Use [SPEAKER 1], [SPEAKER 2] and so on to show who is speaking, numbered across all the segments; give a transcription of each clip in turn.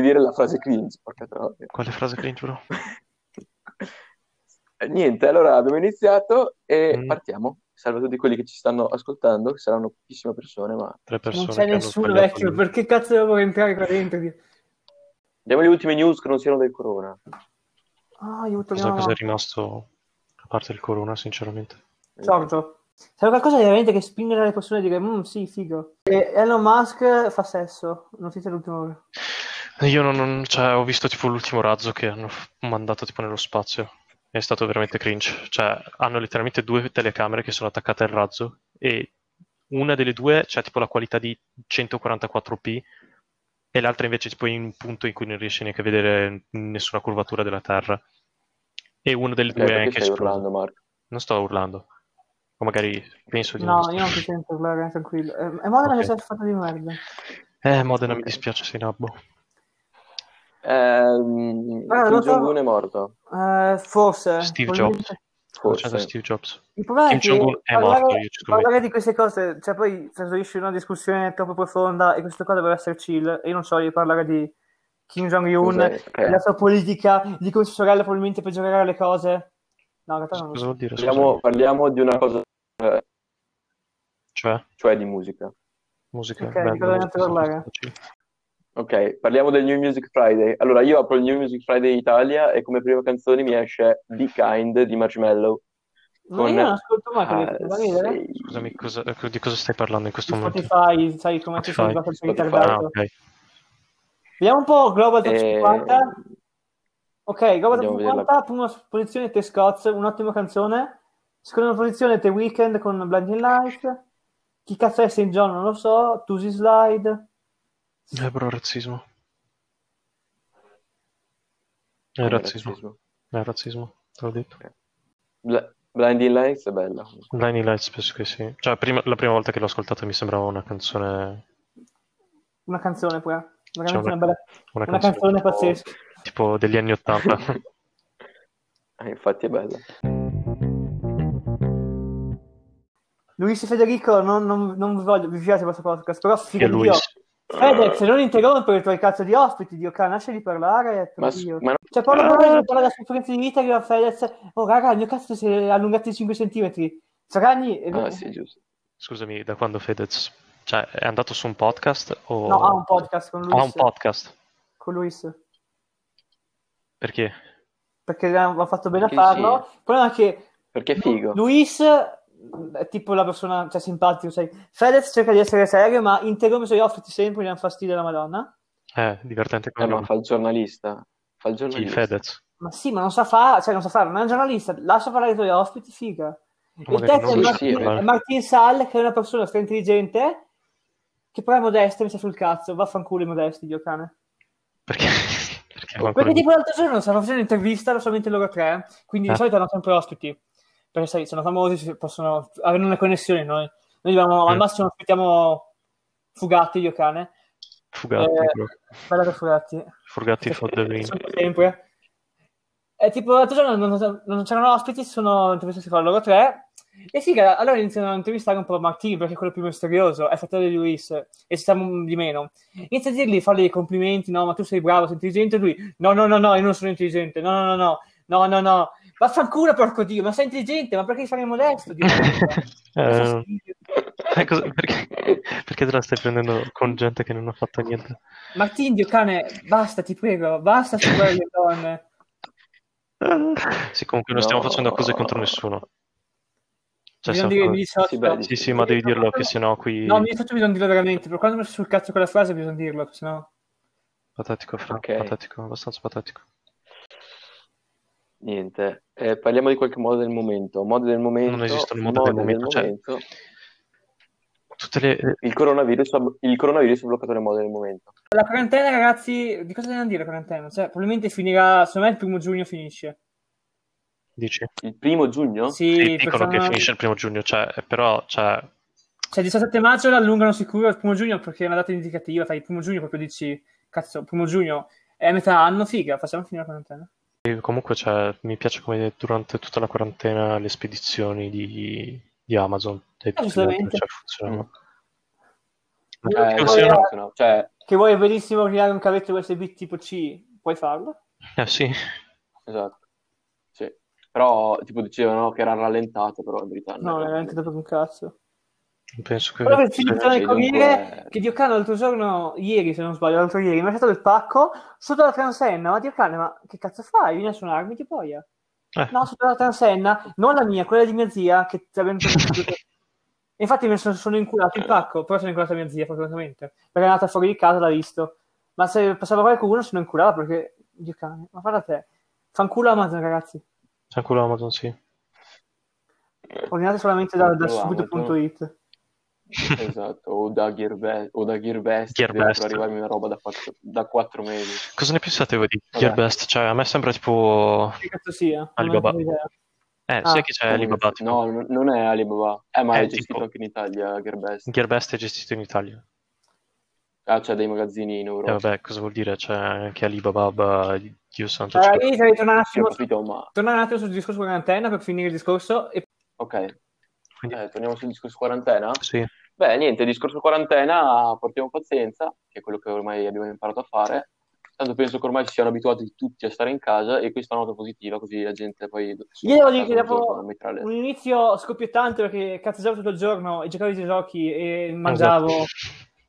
[SPEAKER 1] dire la frase cringe, porca troia.
[SPEAKER 2] Quale frase cringe, bro?
[SPEAKER 1] Eh, Niente, allora abbiamo iniziato e
[SPEAKER 2] Mm.
[SPEAKER 1] partiamo. Salve a tutti quelli che ci stanno ascoltando, che saranno pochissime persone, ma
[SPEAKER 2] Tre persone
[SPEAKER 3] Non c'è
[SPEAKER 2] che hanno
[SPEAKER 3] nessuno
[SPEAKER 2] sbagliato
[SPEAKER 3] vecchio,
[SPEAKER 2] il-
[SPEAKER 3] perché cazzo devo entrare qua dentro?
[SPEAKER 1] diamo le ultime news che non siano del corona.
[SPEAKER 3] Ah, aiuto,
[SPEAKER 2] Cosa,
[SPEAKER 3] no.
[SPEAKER 2] cosa è rimasto a parte il corona, sinceramente?
[SPEAKER 3] Giorgio, serve qualcosa di veramente che spinga le persone a dire, mmm, sì, figo. E Elon Musk fa sesso, notizia dell'ultima ora.
[SPEAKER 2] Io non, non- cioè, ho visto tipo l'ultimo razzo che hanno f- mandato tipo nello spazio. È stato veramente cringe. Cioè, hanno letteralmente due telecamere che sono attaccate al razzo e una delle due c'è tipo la qualità di 144p e l'altra invece tipo in un punto in cui non riesci neanche a vedere nessuna curvatura della Terra. E una delle
[SPEAKER 1] Eh,
[SPEAKER 3] Cioè,
[SPEAKER 2] due è
[SPEAKER 1] perché
[SPEAKER 2] anche
[SPEAKER 1] stai
[SPEAKER 2] esplosa.
[SPEAKER 1] urlando, Marco?
[SPEAKER 2] Non sto urlando. O magari penso di
[SPEAKER 3] No,
[SPEAKER 2] non
[SPEAKER 3] io non ti sento parlare, tranquillo. Eh, È Modena
[SPEAKER 2] Ok.
[SPEAKER 3] che si è fatta di merda.
[SPEAKER 2] Eh, Modena mi
[SPEAKER 1] Ok.
[SPEAKER 2] dispiace, sei nabbo.
[SPEAKER 1] Ehm,
[SPEAKER 3] Ah,
[SPEAKER 1] Kim
[SPEAKER 3] lo so.
[SPEAKER 1] Jong-un è morto,
[SPEAKER 3] Eh, forse.
[SPEAKER 2] Steve
[SPEAKER 3] probabilmente-
[SPEAKER 2] Jobs.
[SPEAKER 1] forse.
[SPEAKER 2] C'è Steve Jobs.
[SPEAKER 3] Il problema
[SPEAKER 2] Kim
[SPEAKER 3] è che
[SPEAKER 2] Jong-un è
[SPEAKER 3] parlare,
[SPEAKER 2] morto, io ci scommetto.
[SPEAKER 3] parlare di queste cose, cioè poi trasferisci una discussione troppo profonda e questo qua doveva essere chill. E io non so di parlare di Kim Jong-un,
[SPEAKER 1] Cos'è? Eh,
[SPEAKER 3] e la sua politica, di come sua sorella probabilmente peggiorerà le cose. No, in realtà non lo
[SPEAKER 2] Cosa
[SPEAKER 3] so.
[SPEAKER 2] vuol dire? Scusa,
[SPEAKER 1] parliamo, parliamo di una cosa,
[SPEAKER 2] cioè,
[SPEAKER 1] cioè di musica.
[SPEAKER 2] musica.
[SPEAKER 3] Ok,
[SPEAKER 2] beh,
[SPEAKER 3] di cosa
[SPEAKER 2] non
[SPEAKER 3] dobbiamo
[SPEAKER 2] so,
[SPEAKER 3] parlare?
[SPEAKER 2] facile.
[SPEAKER 1] Ok, parliamo del New Music Friday. Allora, io apro il New Music Friday Italia e come prima canzone mi esce Be Kind di Marshmallow.
[SPEAKER 3] Ma io
[SPEAKER 1] con-
[SPEAKER 3] non ascolto mai quelle
[SPEAKER 1] Ah,
[SPEAKER 3] cose, ma ridere?
[SPEAKER 1] sì.
[SPEAKER 2] Scusami, cosa- eh, di cosa stai parlando in questo
[SPEAKER 3] Su
[SPEAKER 2] momento?
[SPEAKER 3] Spotify, sai come ci sono arrivato
[SPEAKER 1] Spotify,
[SPEAKER 3] per
[SPEAKER 1] Spotify.
[SPEAKER 2] Ah,
[SPEAKER 3] ritardato.
[SPEAKER 2] ok.
[SPEAKER 3] Vediamo un po' Global Top
[SPEAKER 1] Eh,
[SPEAKER 3] 50. Ok, Global Top
[SPEAKER 1] Andiamo a vederla.
[SPEAKER 3] 50, prima posizione The Scots, un'ottima canzone. Seconda posizione The Weeknd con Blinding Lights. Chi cazzo è St. John non lo so, Tusi Slide.
[SPEAKER 2] Eh, bro, razzismo. È
[SPEAKER 1] Come
[SPEAKER 2] razzismo. È razzismo, te l'ho detto.
[SPEAKER 1] Bl- Blinding Lights è bella.
[SPEAKER 2] Blinding Lights, penso che sì. Cioè, prima- la prima volta che l'ho ascoltata mi sembrava una canzone...
[SPEAKER 3] Una canzone pure,
[SPEAKER 2] cioè,
[SPEAKER 3] veramente una, bella,
[SPEAKER 2] una
[SPEAKER 3] una canzone
[SPEAKER 2] tipo-
[SPEAKER 3] pazzesca.
[SPEAKER 2] Tipo degli anni Ottanta.
[SPEAKER 1] Eh, infatti è bella.
[SPEAKER 3] Luis e Federico, non, non, non vi voglio, vi piace questo podcast, però figa
[SPEAKER 2] Che
[SPEAKER 3] di
[SPEAKER 2] lui...
[SPEAKER 3] Dio.
[SPEAKER 1] Eh.
[SPEAKER 3] Fedez, Eh, non interrompere i tuoi cazzo di ospiti, Dio cane, lasciali parlare, per
[SPEAKER 1] Ma,
[SPEAKER 3] Dio.
[SPEAKER 1] ma no,
[SPEAKER 3] Cioè, Paolo
[SPEAKER 2] Ah.
[SPEAKER 3] Borrelli parla della sofferenza di vita, arriva Fedez, oh raga, il mio cazzo si è allungato di 5 centimetri. Saragni, eh,
[SPEAKER 1] ah, sì, giusto.
[SPEAKER 2] Scusami, da quando Fedez? Cioè, è andato su un podcast o...
[SPEAKER 3] no, ha un podcast con Luis,
[SPEAKER 2] Ah, un podcast.
[SPEAKER 3] con Luis,
[SPEAKER 2] Perché?
[SPEAKER 3] perché ha fatto bene a
[SPEAKER 1] Sì,
[SPEAKER 3] farlo. Il problema è che
[SPEAKER 1] Perché è figo.
[SPEAKER 3] Luis mm, è tipo la persona, cioè, simpatico, sai. Fedez cerca di essere serio, ma interrompe i suoi ospiti sempre, gli dà un fastidio alla madonna.
[SPEAKER 2] Eh, divertente come
[SPEAKER 1] Eh, ma
[SPEAKER 2] no.
[SPEAKER 1] fa il giornalista. Fa il
[SPEAKER 2] Chi,
[SPEAKER 1] giornalista.
[SPEAKER 2] Fedez?
[SPEAKER 3] Ma sì, ma non sa fare, cioè, non sa fare, non è un giornalista, lascia parlare i tuoi ospiti, figa. Il
[SPEAKER 2] Magari
[SPEAKER 3] terzo è
[SPEAKER 2] non lo
[SPEAKER 1] ma-
[SPEAKER 2] so
[SPEAKER 1] Sì, sì,
[SPEAKER 3] Martin,
[SPEAKER 2] parlare.
[SPEAKER 3] è Martin Sall, che è una persona stra intelligente, che però è modesta e mi sta sul cazzo. Vaffanculo i modesti, Dio cane.
[SPEAKER 2] Perché? Perché va ancora
[SPEAKER 3] Perché
[SPEAKER 2] lì?
[SPEAKER 3] tipo l'altro giorno stavo facendo un'intervista, erano solamente loro tre, quindi
[SPEAKER 2] Ah.
[SPEAKER 3] di solito hanno sempre ospiti. Perché sai, sono famosi, si possono avere una connessione noi. Noi diciamo, al
[SPEAKER 2] Mm.
[SPEAKER 3] massimo aspettiamo Fugatti, Dio cane.
[SPEAKER 2] Fugatti,
[SPEAKER 3] Eh,
[SPEAKER 2] bro.
[SPEAKER 3] Bella per Fugatti.
[SPEAKER 2] Fugatti for the win.
[SPEAKER 3] Sono sempre. E Eh, tipo l'altro giorno non, non c'erano ospiti, sono intervistati fra loro tre. E sì, allora iniziano a intervistare un po' Martini perché è quello più misterioso, è fratello di Luis e stiamo di meno. Inizia a dirgli, fargli dei complimenti, no, ma tu sei bravo, sei intelligente. Lui, no, no, no, no, io non sono intelligente, no, no, no, no, no, no, no. Vaffanculo, porco Dio, ma sei intelligente, ma perché fare modesto? Dio? Ma fa
[SPEAKER 2] Eh,
[SPEAKER 3] schifo.
[SPEAKER 2] eh, cosa- perché, perché te la stai prendendo con gente che non ha fatto niente?
[SPEAKER 3] Martini, Dio cane, basta, ti prego, basta stuprare le donne.
[SPEAKER 2] Sì, comunque non stiamo
[SPEAKER 1] No.
[SPEAKER 2] facendo cose contro nessuno. Cioè, stiamo-
[SPEAKER 3] Bisogna dire 18.
[SPEAKER 1] Sì, beh,
[SPEAKER 2] Sì, sì, ma devi dirlo che sennò qui...
[SPEAKER 3] No, mi dispiace, bisogna dirlo veramente. Per quanto mi sul cazzo quella frase, bisogna dirlo, sennò.
[SPEAKER 2] Patetico, fra,
[SPEAKER 1] Ok.
[SPEAKER 2] patetico, abbastanza patetico.
[SPEAKER 1] Niente. Eh, parliamo di qualche moda del momento. Mode del momento.
[SPEAKER 2] Non esistono mode
[SPEAKER 1] mode
[SPEAKER 2] del
[SPEAKER 1] del
[SPEAKER 2] momento, cioè-
[SPEAKER 1] momento.
[SPEAKER 2] Tutte le... eh,
[SPEAKER 1] Il coronavirus, ha- il coronavirus ha bloccato le mode del momento.
[SPEAKER 3] La quarantena, ragazzi, di cosa dobbiamo dire la quarantena? Cioè, probabilmente finirà, secondo me il primo giugno finisce.
[SPEAKER 2] Dici?
[SPEAKER 1] Il primo giugno?
[SPEAKER 3] Sì,
[SPEAKER 2] Sì, dicono
[SPEAKER 3] perché
[SPEAKER 2] che finisce il primo giugno, cioè, però, cioè,
[SPEAKER 3] Cioè, il 17 maggio l'allungano sicuro il primo giugno perché è una data indicativa. Fai il primo giugno proprio dici, cazzo, primo giugno è metà anno, figa, facciamo finire la quarantena.
[SPEAKER 2] eh, comunque, cioè, mi piace come durante tutta la quarantena le spedizioni di, di Amazon cioè, e tutte le altre,
[SPEAKER 3] Assolutamente.
[SPEAKER 2] cioè, funzionano.
[SPEAKER 1] Eh,
[SPEAKER 2] Io
[SPEAKER 1] no,
[SPEAKER 2] sì,
[SPEAKER 3] no.
[SPEAKER 1] cazzo, no. Cioè,
[SPEAKER 3] Che vuoi benissimo creare un cavetto USB tipo C, puoi farlo?
[SPEAKER 2] Eh, sì.
[SPEAKER 1] esatto. Sì. Però, tipo, dicevano che era rallentato, però in verità non
[SPEAKER 3] No,
[SPEAKER 1] era
[SPEAKER 3] veramente dopo un cazzo.
[SPEAKER 2] penso che...
[SPEAKER 3] Però per finire
[SPEAKER 1] sì,
[SPEAKER 3] nel Corriere,
[SPEAKER 1] dunque-
[SPEAKER 3] che Diocano l'altro giorno, ieri se non sbaglio, l'altro ieri, mi ha lasciato il pacco sotto la transenna. Ma Diocano, ma che cazzo fai? Vieni a suonarmi, che boia.
[SPEAKER 2] Eh.
[SPEAKER 3] No, sotto la transenna, non la mia, quella di mia zia, che ti aveva Infatti mi sono, sono inculato il pacco, però sono inculata mia zia, fortunatamente, perché è andata fuori di casa, l'ha visto. Ma se passava qualcuno se lo inculava, perché Diocano, ma guarda te, fanculo Amazon, ragazzi.
[SPEAKER 2] C'è ancora Amazon, sì.
[SPEAKER 3] Ordinate solamente da, da
[SPEAKER 1] Fanculo Amazon.
[SPEAKER 3] subito.it.
[SPEAKER 1] Esatto, o da Gearbest, o da Gearbest,
[SPEAKER 2] Gearbest.
[SPEAKER 1] devo far arrivarmi una roba da quattro, da quattro mesi.
[SPEAKER 2] Cosa ne pensate voi di
[SPEAKER 1] Vabbè.
[SPEAKER 2] Gearbest? Cioè, a me sembra tipo...
[SPEAKER 3] Che cazzo sia? Non
[SPEAKER 2] Alibaba.
[SPEAKER 3] ho idea.
[SPEAKER 2] Eh,
[SPEAKER 3] Ah.
[SPEAKER 2] sai che c'è Alibaba? Tipo,
[SPEAKER 1] No, n- non è Alibaba. Eh, ma
[SPEAKER 2] Eh,
[SPEAKER 1] è gestito
[SPEAKER 2] tipo-
[SPEAKER 1] anche in Italia Gearbest.
[SPEAKER 2] Gearbest è gestito in Italia.
[SPEAKER 1] Ah, c'è dei magazzini in
[SPEAKER 2] E
[SPEAKER 1] Europa.
[SPEAKER 2] Eh, vabbè, cosa vuol dire? C'è anche Alibaba, Dio santo.
[SPEAKER 3] Allora,
[SPEAKER 2] cielo.
[SPEAKER 3] lì devi tornare un
[SPEAKER 1] Sì, ho
[SPEAKER 3] attimo
[SPEAKER 1] capito, ma...
[SPEAKER 3] tornare un attimo sul discorso quarantena per finire il discorso e
[SPEAKER 1] Ok,
[SPEAKER 2] Quindi-
[SPEAKER 1] Eh, torniamo sul discorso quarantena.
[SPEAKER 2] Sì.
[SPEAKER 1] Beh, niente, discorso quarantena, portiamo pazienza, che è quello che ormai abbiamo imparato a fare. Tanto penso che ormai si siano abituati tutti a stare in casa e questa è una nota positiva, così la gente poi...
[SPEAKER 3] Io devo dire
[SPEAKER 1] a
[SPEAKER 3] che
[SPEAKER 1] casa
[SPEAKER 3] dopo-
[SPEAKER 1] un giorno non mi tra le-
[SPEAKER 3] un inizio scoppiettante perché cazzeggiavo tutto il giorno e giocavo ai giochi e mangiavo.
[SPEAKER 2] Esatto.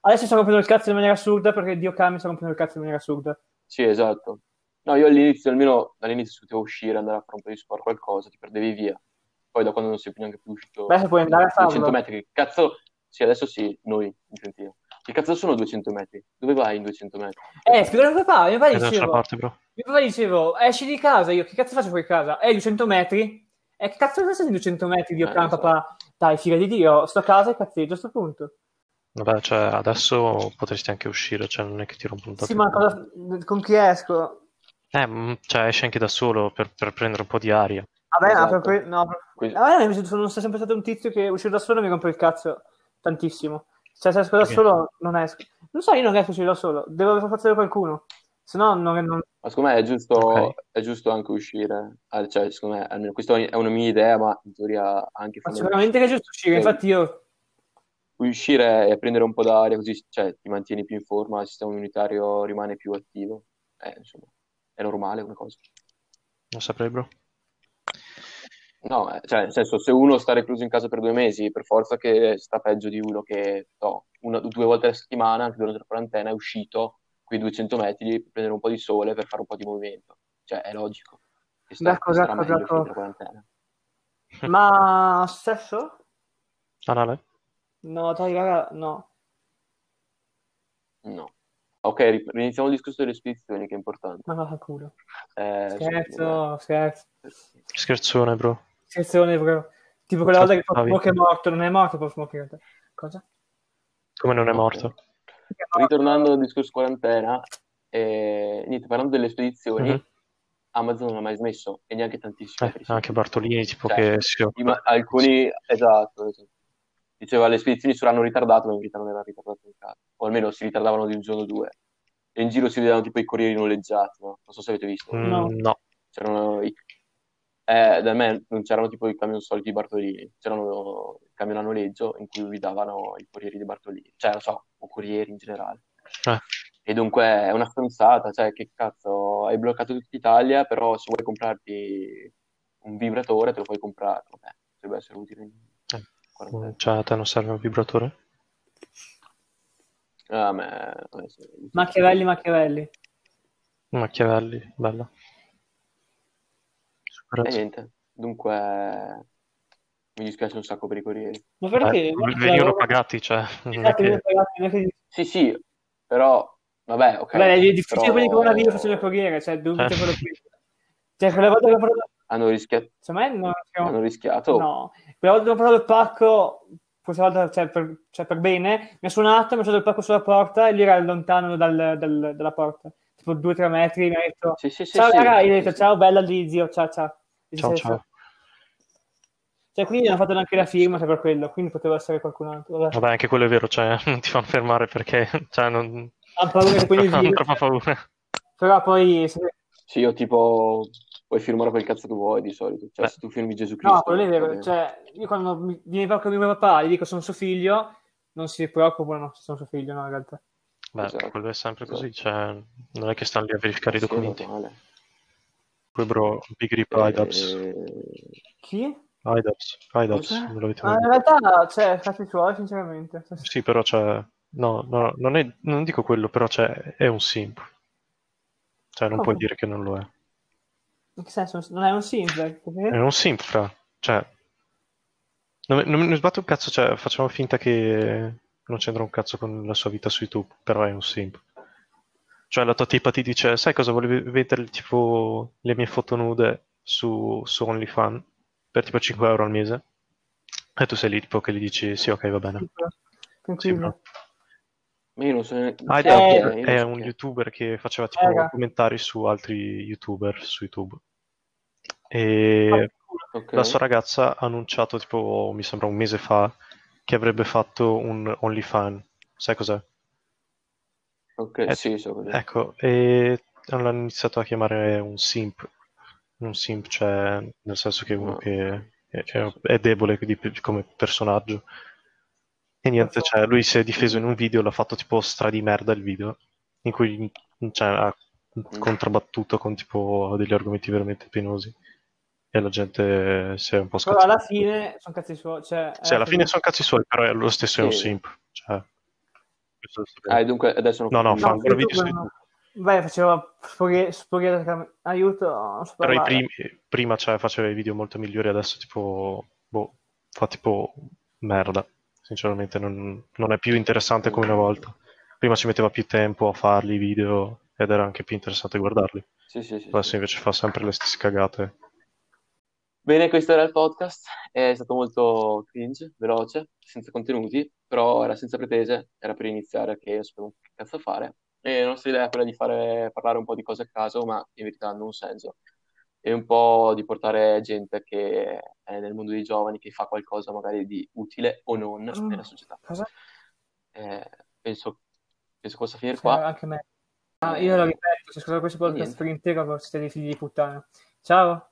[SPEAKER 3] Adesso sto rompendo il cazzo in maniera assurda perché Dio cambia, sto rompendo il cazzo in maniera assurda.
[SPEAKER 1] Sì, esatto. No, io all'inizio, almeno all'inizio, se potevo uscire, andare a fare un po' di sport, qualcosa, ti perdevi via. Poi da quando non sei più neanche più uscito...
[SPEAKER 3] Adesso puoi andare a farlo.
[SPEAKER 1] 200 metri, che cazzo... Sì, adesso sì, noi, sentiamo. Che cazzo sono 200 metri? Dove vai in 200 metri?
[SPEAKER 3] Eh, spiegalo a mio papà, mio
[SPEAKER 1] Esatto.
[SPEAKER 3] papà
[SPEAKER 2] Eh, non ce la
[SPEAKER 3] dicevo,
[SPEAKER 2] parte, bro.
[SPEAKER 3] mio papà dicevo, esci di casa, io che cazzo faccio fuori casa? Eh, 200 metri? Eh, che cazzo faccio di 200 metri, Dio
[SPEAKER 1] Eh,
[SPEAKER 3] cambia,
[SPEAKER 1] lo so.
[SPEAKER 3] papà? Dai, figa di Dio, sto a casa e cazzeggio a sto punto.
[SPEAKER 2] Vabbè, cioè, adesso potresti anche uscire, cioè, non è che ti rompo un
[SPEAKER 3] Sì,
[SPEAKER 2] tazzo.
[SPEAKER 3] ma cosa- con chi esco?
[SPEAKER 2] Eh, mm, cioè, esci anche da solo per, per prendere un po' di aria.
[SPEAKER 3] Vabbè, ma
[SPEAKER 1] Esatto.
[SPEAKER 3] proprio- no, proprio-
[SPEAKER 1] Quindi-
[SPEAKER 3] a me invece Ah, sono, sono sempre stato un tizio che uscire da solo mi rompe il cazzo tantissimo. Cioè, se esco da
[SPEAKER 2] Perché?
[SPEAKER 3] solo non esco. Non so, io non riesco a uscire da solo, devo far forzare qualcuno. Se no, non, non-
[SPEAKER 1] Ma secondo me è giusto,
[SPEAKER 2] Ok.
[SPEAKER 1] è giusto anche uscire, Ah, cioè, secondo me, almeno questa è una mia idea, ma in teoria anche fondamentalmente
[SPEAKER 3] ma sicuramente che è giusto uscire.
[SPEAKER 1] Sì.
[SPEAKER 3] Infatti, io
[SPEAKER 1] uscire e prendere un po' d'aria, così cioè, ti mantieni più in forma, il sistema immunitario rimane più attivo. Eh, insomma, è normale come cosa.
[SPEAKER 2] Lo saprei, bro.
[SPEAKER 1] No, eh, cioè, nel senso, se uno sta recluso in casa per due mesi, per forza che sta peggio di uno che, no, una, due volte alla settimana, anche durante la quarantena, è uscito quei 200 metri per prendere un po' di sole, per fare un po' di movimento. Cioè, è logico. Che sta,
[SPEAKER 3] D'accordo,
[SPEAKER 1] che starà
[SPEAKER 3] d'accordo,
[SPEAKER 1] meglio
[SPEAKER 3] d'accordo.
[SPEAKER 1] durante la quarantena.
[SPEAKER 3] Ma sesso?
[SPEAKER 2] Anale?
[SPEAKER 3] No, dai, raga, no.
[SPEAKER 1] No. Ok, ri- riniziamo il discorso delle spedizioni, che è importante.
[SPEAKER 3] Ma va a culo.
[SPEAKER 1] Eh, secondo
[SPEAKER 3] Scherzo, scherzo.
[SPEAKER 1] me-
[SPEAKER 2] Scherzone, bro.
[SPEAKER 3] Scherzone, proprio. Tipo quella
[SPEAKER 2] Ciao,
[SPEAKER 3] volta che Pop
[SPEAKER 2] Fabio.
[SPEAKER 3] Smoke è morto, non è morto Pop Smoke in realtà. Cosa?
[SPEAKER 2] Come non è
[SPEAKER 1] Ok.
[SPEAKER 2] morto?
[SPEAKER 1] Ritornando al discorso quarantena, eh, niente, parlando delle spedizioni,
[SPEAKER 2] Mhm.
[SPEAKER 1] Amazon non ha mai smesso, e neanche tantissime.
[SPEAKER 2] Eh, anche Bartolini, tipo
[SPEAKER 1] Cioè,
[SPEAKER 2] che si
[SPEAKER 1] I ma- alcuni, esatto, esatto. diceva le spedizioni saranno ritardate, ma in verità non erano ritardate in caso, o almeno si ritardavano di un giorno o due. E in giro si vedevano tipo i corrieri noleggiati, no? Non so se avete visto.
[SPEAKER 2] Mm,
[SPEAKER 3] No.
[SPEAKER 2] no.
[SPEAKER 1] C'erano i... eh, da me non c'erano tipo i camion soliti Bartolini, c'erano i camion a noleggio in cui guidavano i corrieri di Bartolini, cioè non so, o corrieri in generale.
[SPEAKER 2] Eh.
[SPEAKER 1] E dunque è una stronzata, cioè che cazzo, hai bloccato tutta Italia, però se vuoi comprarti un vibratore te lo puoi comprare, vabbè, potrebbe essere utile in
[SPEAKER 2] Eh. Mm,
[SPEAKER 1] quarantena.
[SPEAKER 2] Cioè, a te non serve un vibratore?
[SPEAKER 1] Ah, ma... eh, sì.
[SPEAKER 3] Machiavelli, Machiavelli.
[SPEAKER 2] Machiavelli, bella. Super.
[SPEAKER 1] E niente, dunque mi dispiace un sacco per i corrieri.
[SPEAKER 3] Ma
[SPEAKER 2] Eh,
[SPEAKER 3] perché?
[SPEAKER 2] venivano pagati, cioè, non è che...
[SPEAKER 1] Sì, sì, però vabbè, ok.
[SPEAKER 3] Beh, è difficile
[SPEAKER 1] però-
[SPEAKER 3] quelli con una video facendo corriere, cioè dubito
[SPEAKER 2] Eh.
[SPEAKER 3] quello qui. Cioè, quella volta che ho provato,
[SPEAKER 1] Hanno rischia-
[SPEAKER 3] secondo me non siamo-
[SPEAKER 1] hanno rischiato.
[SPEAKER 3] no. Quella volta che ho provato il pacco, questa volta, cioè per, cioè, per bene, mi ha suonato, mi ha lasciato il pacco sulla porta e lui era lontano dal- dal- dalla porta, tipo due o tre metri, mi ha detto
[SPEAKER 1] Sì, sì, sì,
[SPEAKER 3] ciao
[SPEAKER 1] sì.
[SPEAKER 3] raga, io ho
[SPEAKER 1] Sì,
[SPEAKER 3] detto
[SPEAKER 1] sì.
[SPEAKER 3] ciao bella lì zio, ciao ciao. E si
[SPEAKER 2] Ciao,
[SPEAKER 3] è-
[SPEAKER 2] ciao.
[SPEAKER 3] Cioè, quindi hanno fatto anche la firma cioè, per quello, quindi poteva essere qualcun altro. Vabbè.
[SPEAKER 2] Vabbè, anche quello è vero, cioè, non ti fanno fermare perché, cioè, non...
[SPEAKER 3] Hanno paura che poi il
[SPEAKER 2] hanno
[SPEAKER 3] virus-
[SPEAKER 2] troppa paura.
[SPEAKER 3] però poi... se-
[SPEAKER 1] Sì, io tipo puoi firmare quel cazzo che vuoi di solito, cioè
[SPEAKER 2] Beh.
[SPEAKER 1] se tu firmi Gesù Cristo.
[SPEAKER 3] No, quello è
[SPEAKER 1] va
[SPEAKER 3] vero.
[SPEAKER 1] bene.
[SPEAKER 3] Cioè, io quando mi- viene proprio mio papà, gli dico sono suo figlio, non si preoccupano se sono suo figlio, no, in realtà.
[SPEAKER 2] Beh,
[SPEAKER 1] Esatto.
[SPEAKER 2] quello è sempre così,
[SPEAKER 1] Esatto.
[SPEAKER 2] cioè, non è che stanno lì a verificare i
[SPEAKER 1] Sì,
[SPEAKER 2] documenti.
[SPEAKER 1] normale.
[SPEAKER 2] Poi, bro, Big Rip IDAPS.
[SPEAKER 1] Eh, Ah,
[SPEAKER 3] Chi?
[SPEAKER 2] IDAPS, IDAPS,
[SPEAKER 1] Cos'è?
[SPEAKER 2] me l'avete
[SPEAKER 3] Ma in
[SPEAKER 2] mai
[SPEAKER 3] realtà, cioè, fatti suoi, sinceramente. Cioè,
[SPEAKER 2] detto. Sì, però c'è... No, no, non, è- non dico quello, però c'è... è un simp. Cioè,
[SPEAKER 1] Ah.
[SPEAKER 2] non puoi
[SPEAKER 3] Come?
[SPEAKER 2] dire che non lo è.
[SPEAKER 3] In che senso? Non è un simp?
[SPEAKER 2] È un simp, fra. Cioè... Non, non mi sbatto un cazzo, cioè, facciamo finta che non c'entra un cazzo con la sua vita su YouTube, però è un simp. Cioè, la tua tipa ti dice, sai cosa, volevi vendere tipo le mie foto nude su, su OnlyFans per tipo 5 euro al mese? E tu sei lì tipo che gli dici, sì, ok, va bene. Sì,
[SPEAKER 3] Tranquillo.
[SPEAKER 2] bro.
[SPEAKER 1] ma io non so neanche...
[SPEAKER 2] Ah,
[SPEAKER 1] chi
[SPEAKER 3] Dab
[SPEAKER 1] è,
[SPEAKER 2] è,
[SPEAKER 1] io non so
[SPEAKER 2] un
[SPEAKER 1] chi è.
[SPEAKER 2] youtuber che faceva tipo
[SPEAKER 3] Raga.
[SPEAKER 2] commentari su altri youtuber su YouTube. E
[SPEAKER 1] Ok.
[SPEAKER 2] la sua ragazza ha annunciato tipo, mi sembra un mese fa, che avrebbe fatto un OnlyFans. Sai cos'è?
[SPEAKER 1] Ok,
[SPEAKER 2] Eh,
[SPEAKER 1] sì, so cos'è.
[SPEAKER 2] Ecco, e hanno iniziato a chiamare un simp. Un simp, cioè, nel senso che uno
[SPEAKER 1] Ah.
[SPEAKER 2] che è, è- è debole di- come personaggio. E niente,
[SPEAKER 3] Cazzo.
[SPEAKER 2] cioè, lui si è difeso in un video, l'ha fatto tipo stra di merda il video, in cui cioè, ha contrabbattuto con tipo degli argomenti veramente penosi. E la gente si è un po'
[SPEAKER 3] Però
[SPEAKER 2] scazzata.
[SPEAKER 3] alla fine sono cazzi suoi. Cioè,
[SPEAKER 2] Sì, alla fine sono cazzi suoi, però è lo stesso è un
[SPEAKER 1] Eh, Sì.
[SPEAKER 2] simp. Cioè, questo lo sappiamo.
[SPEAKER 1] Ah, e dunque adesso non...
[SPEAKER 2] No, no,
[SPEAKER 3] No,
[SPEAKER 2] fa
[SPEAKER 3] su
[SPEAKER 2] ancora
[SPEAKER 3] YouTube
[SPEAKER 2] video su
[SPEAKER 3] no.
[SPEAKER 2] YouTube.
[SPEAKER 3] Beh, faceva spoghe- spoghe- aiuto, non so
[SPEAKER 2] Però i
[SPEAKER 3] parlare.
[SPEAKER 2] primi- prima cioè, faceva i video molto migliori, adesso tipo, boh, fa tipo merda. Sinceramente non, non è più interessante come una volta. Prima ci metteva più tempo a farli i video ed era anche più interessante guardarli.
[SPEAKER 1] Sì, sì, sì, sì.
[SPEAKER 2] Adesso invece fa sempre le stesse cagate.
[SPEAKER 1] Bene, questo era il podcast. È stato molto cringe, veloce, senza contenuti, però era senza pretese, era per iniziare che non sapevo che cazzo fare. E la nostra idea è quella di fare, parlare un po' di cose a caso, ma in verità hanno un senso. E un po' di portare gente che è nel mondo dei giovani, che fa qualcosa magari di utile o non
[SPEAKER 3] Mm.
[SPEAKER 1] nella società.
[SPEAKER 3] Cosa?
[SPEAKER 1] Eh, penso, penso possa finire
[SPEAKER 3] Cioè,
[SPEAKER 1] qua.
[SPEAKER 3] anche me. Ah, io lo ripeto, se ascoltate questo podcast
[SPEAKER 1] Niente.
[SPEAKER 3] per intero, siete dei figli di puttana. Ciao.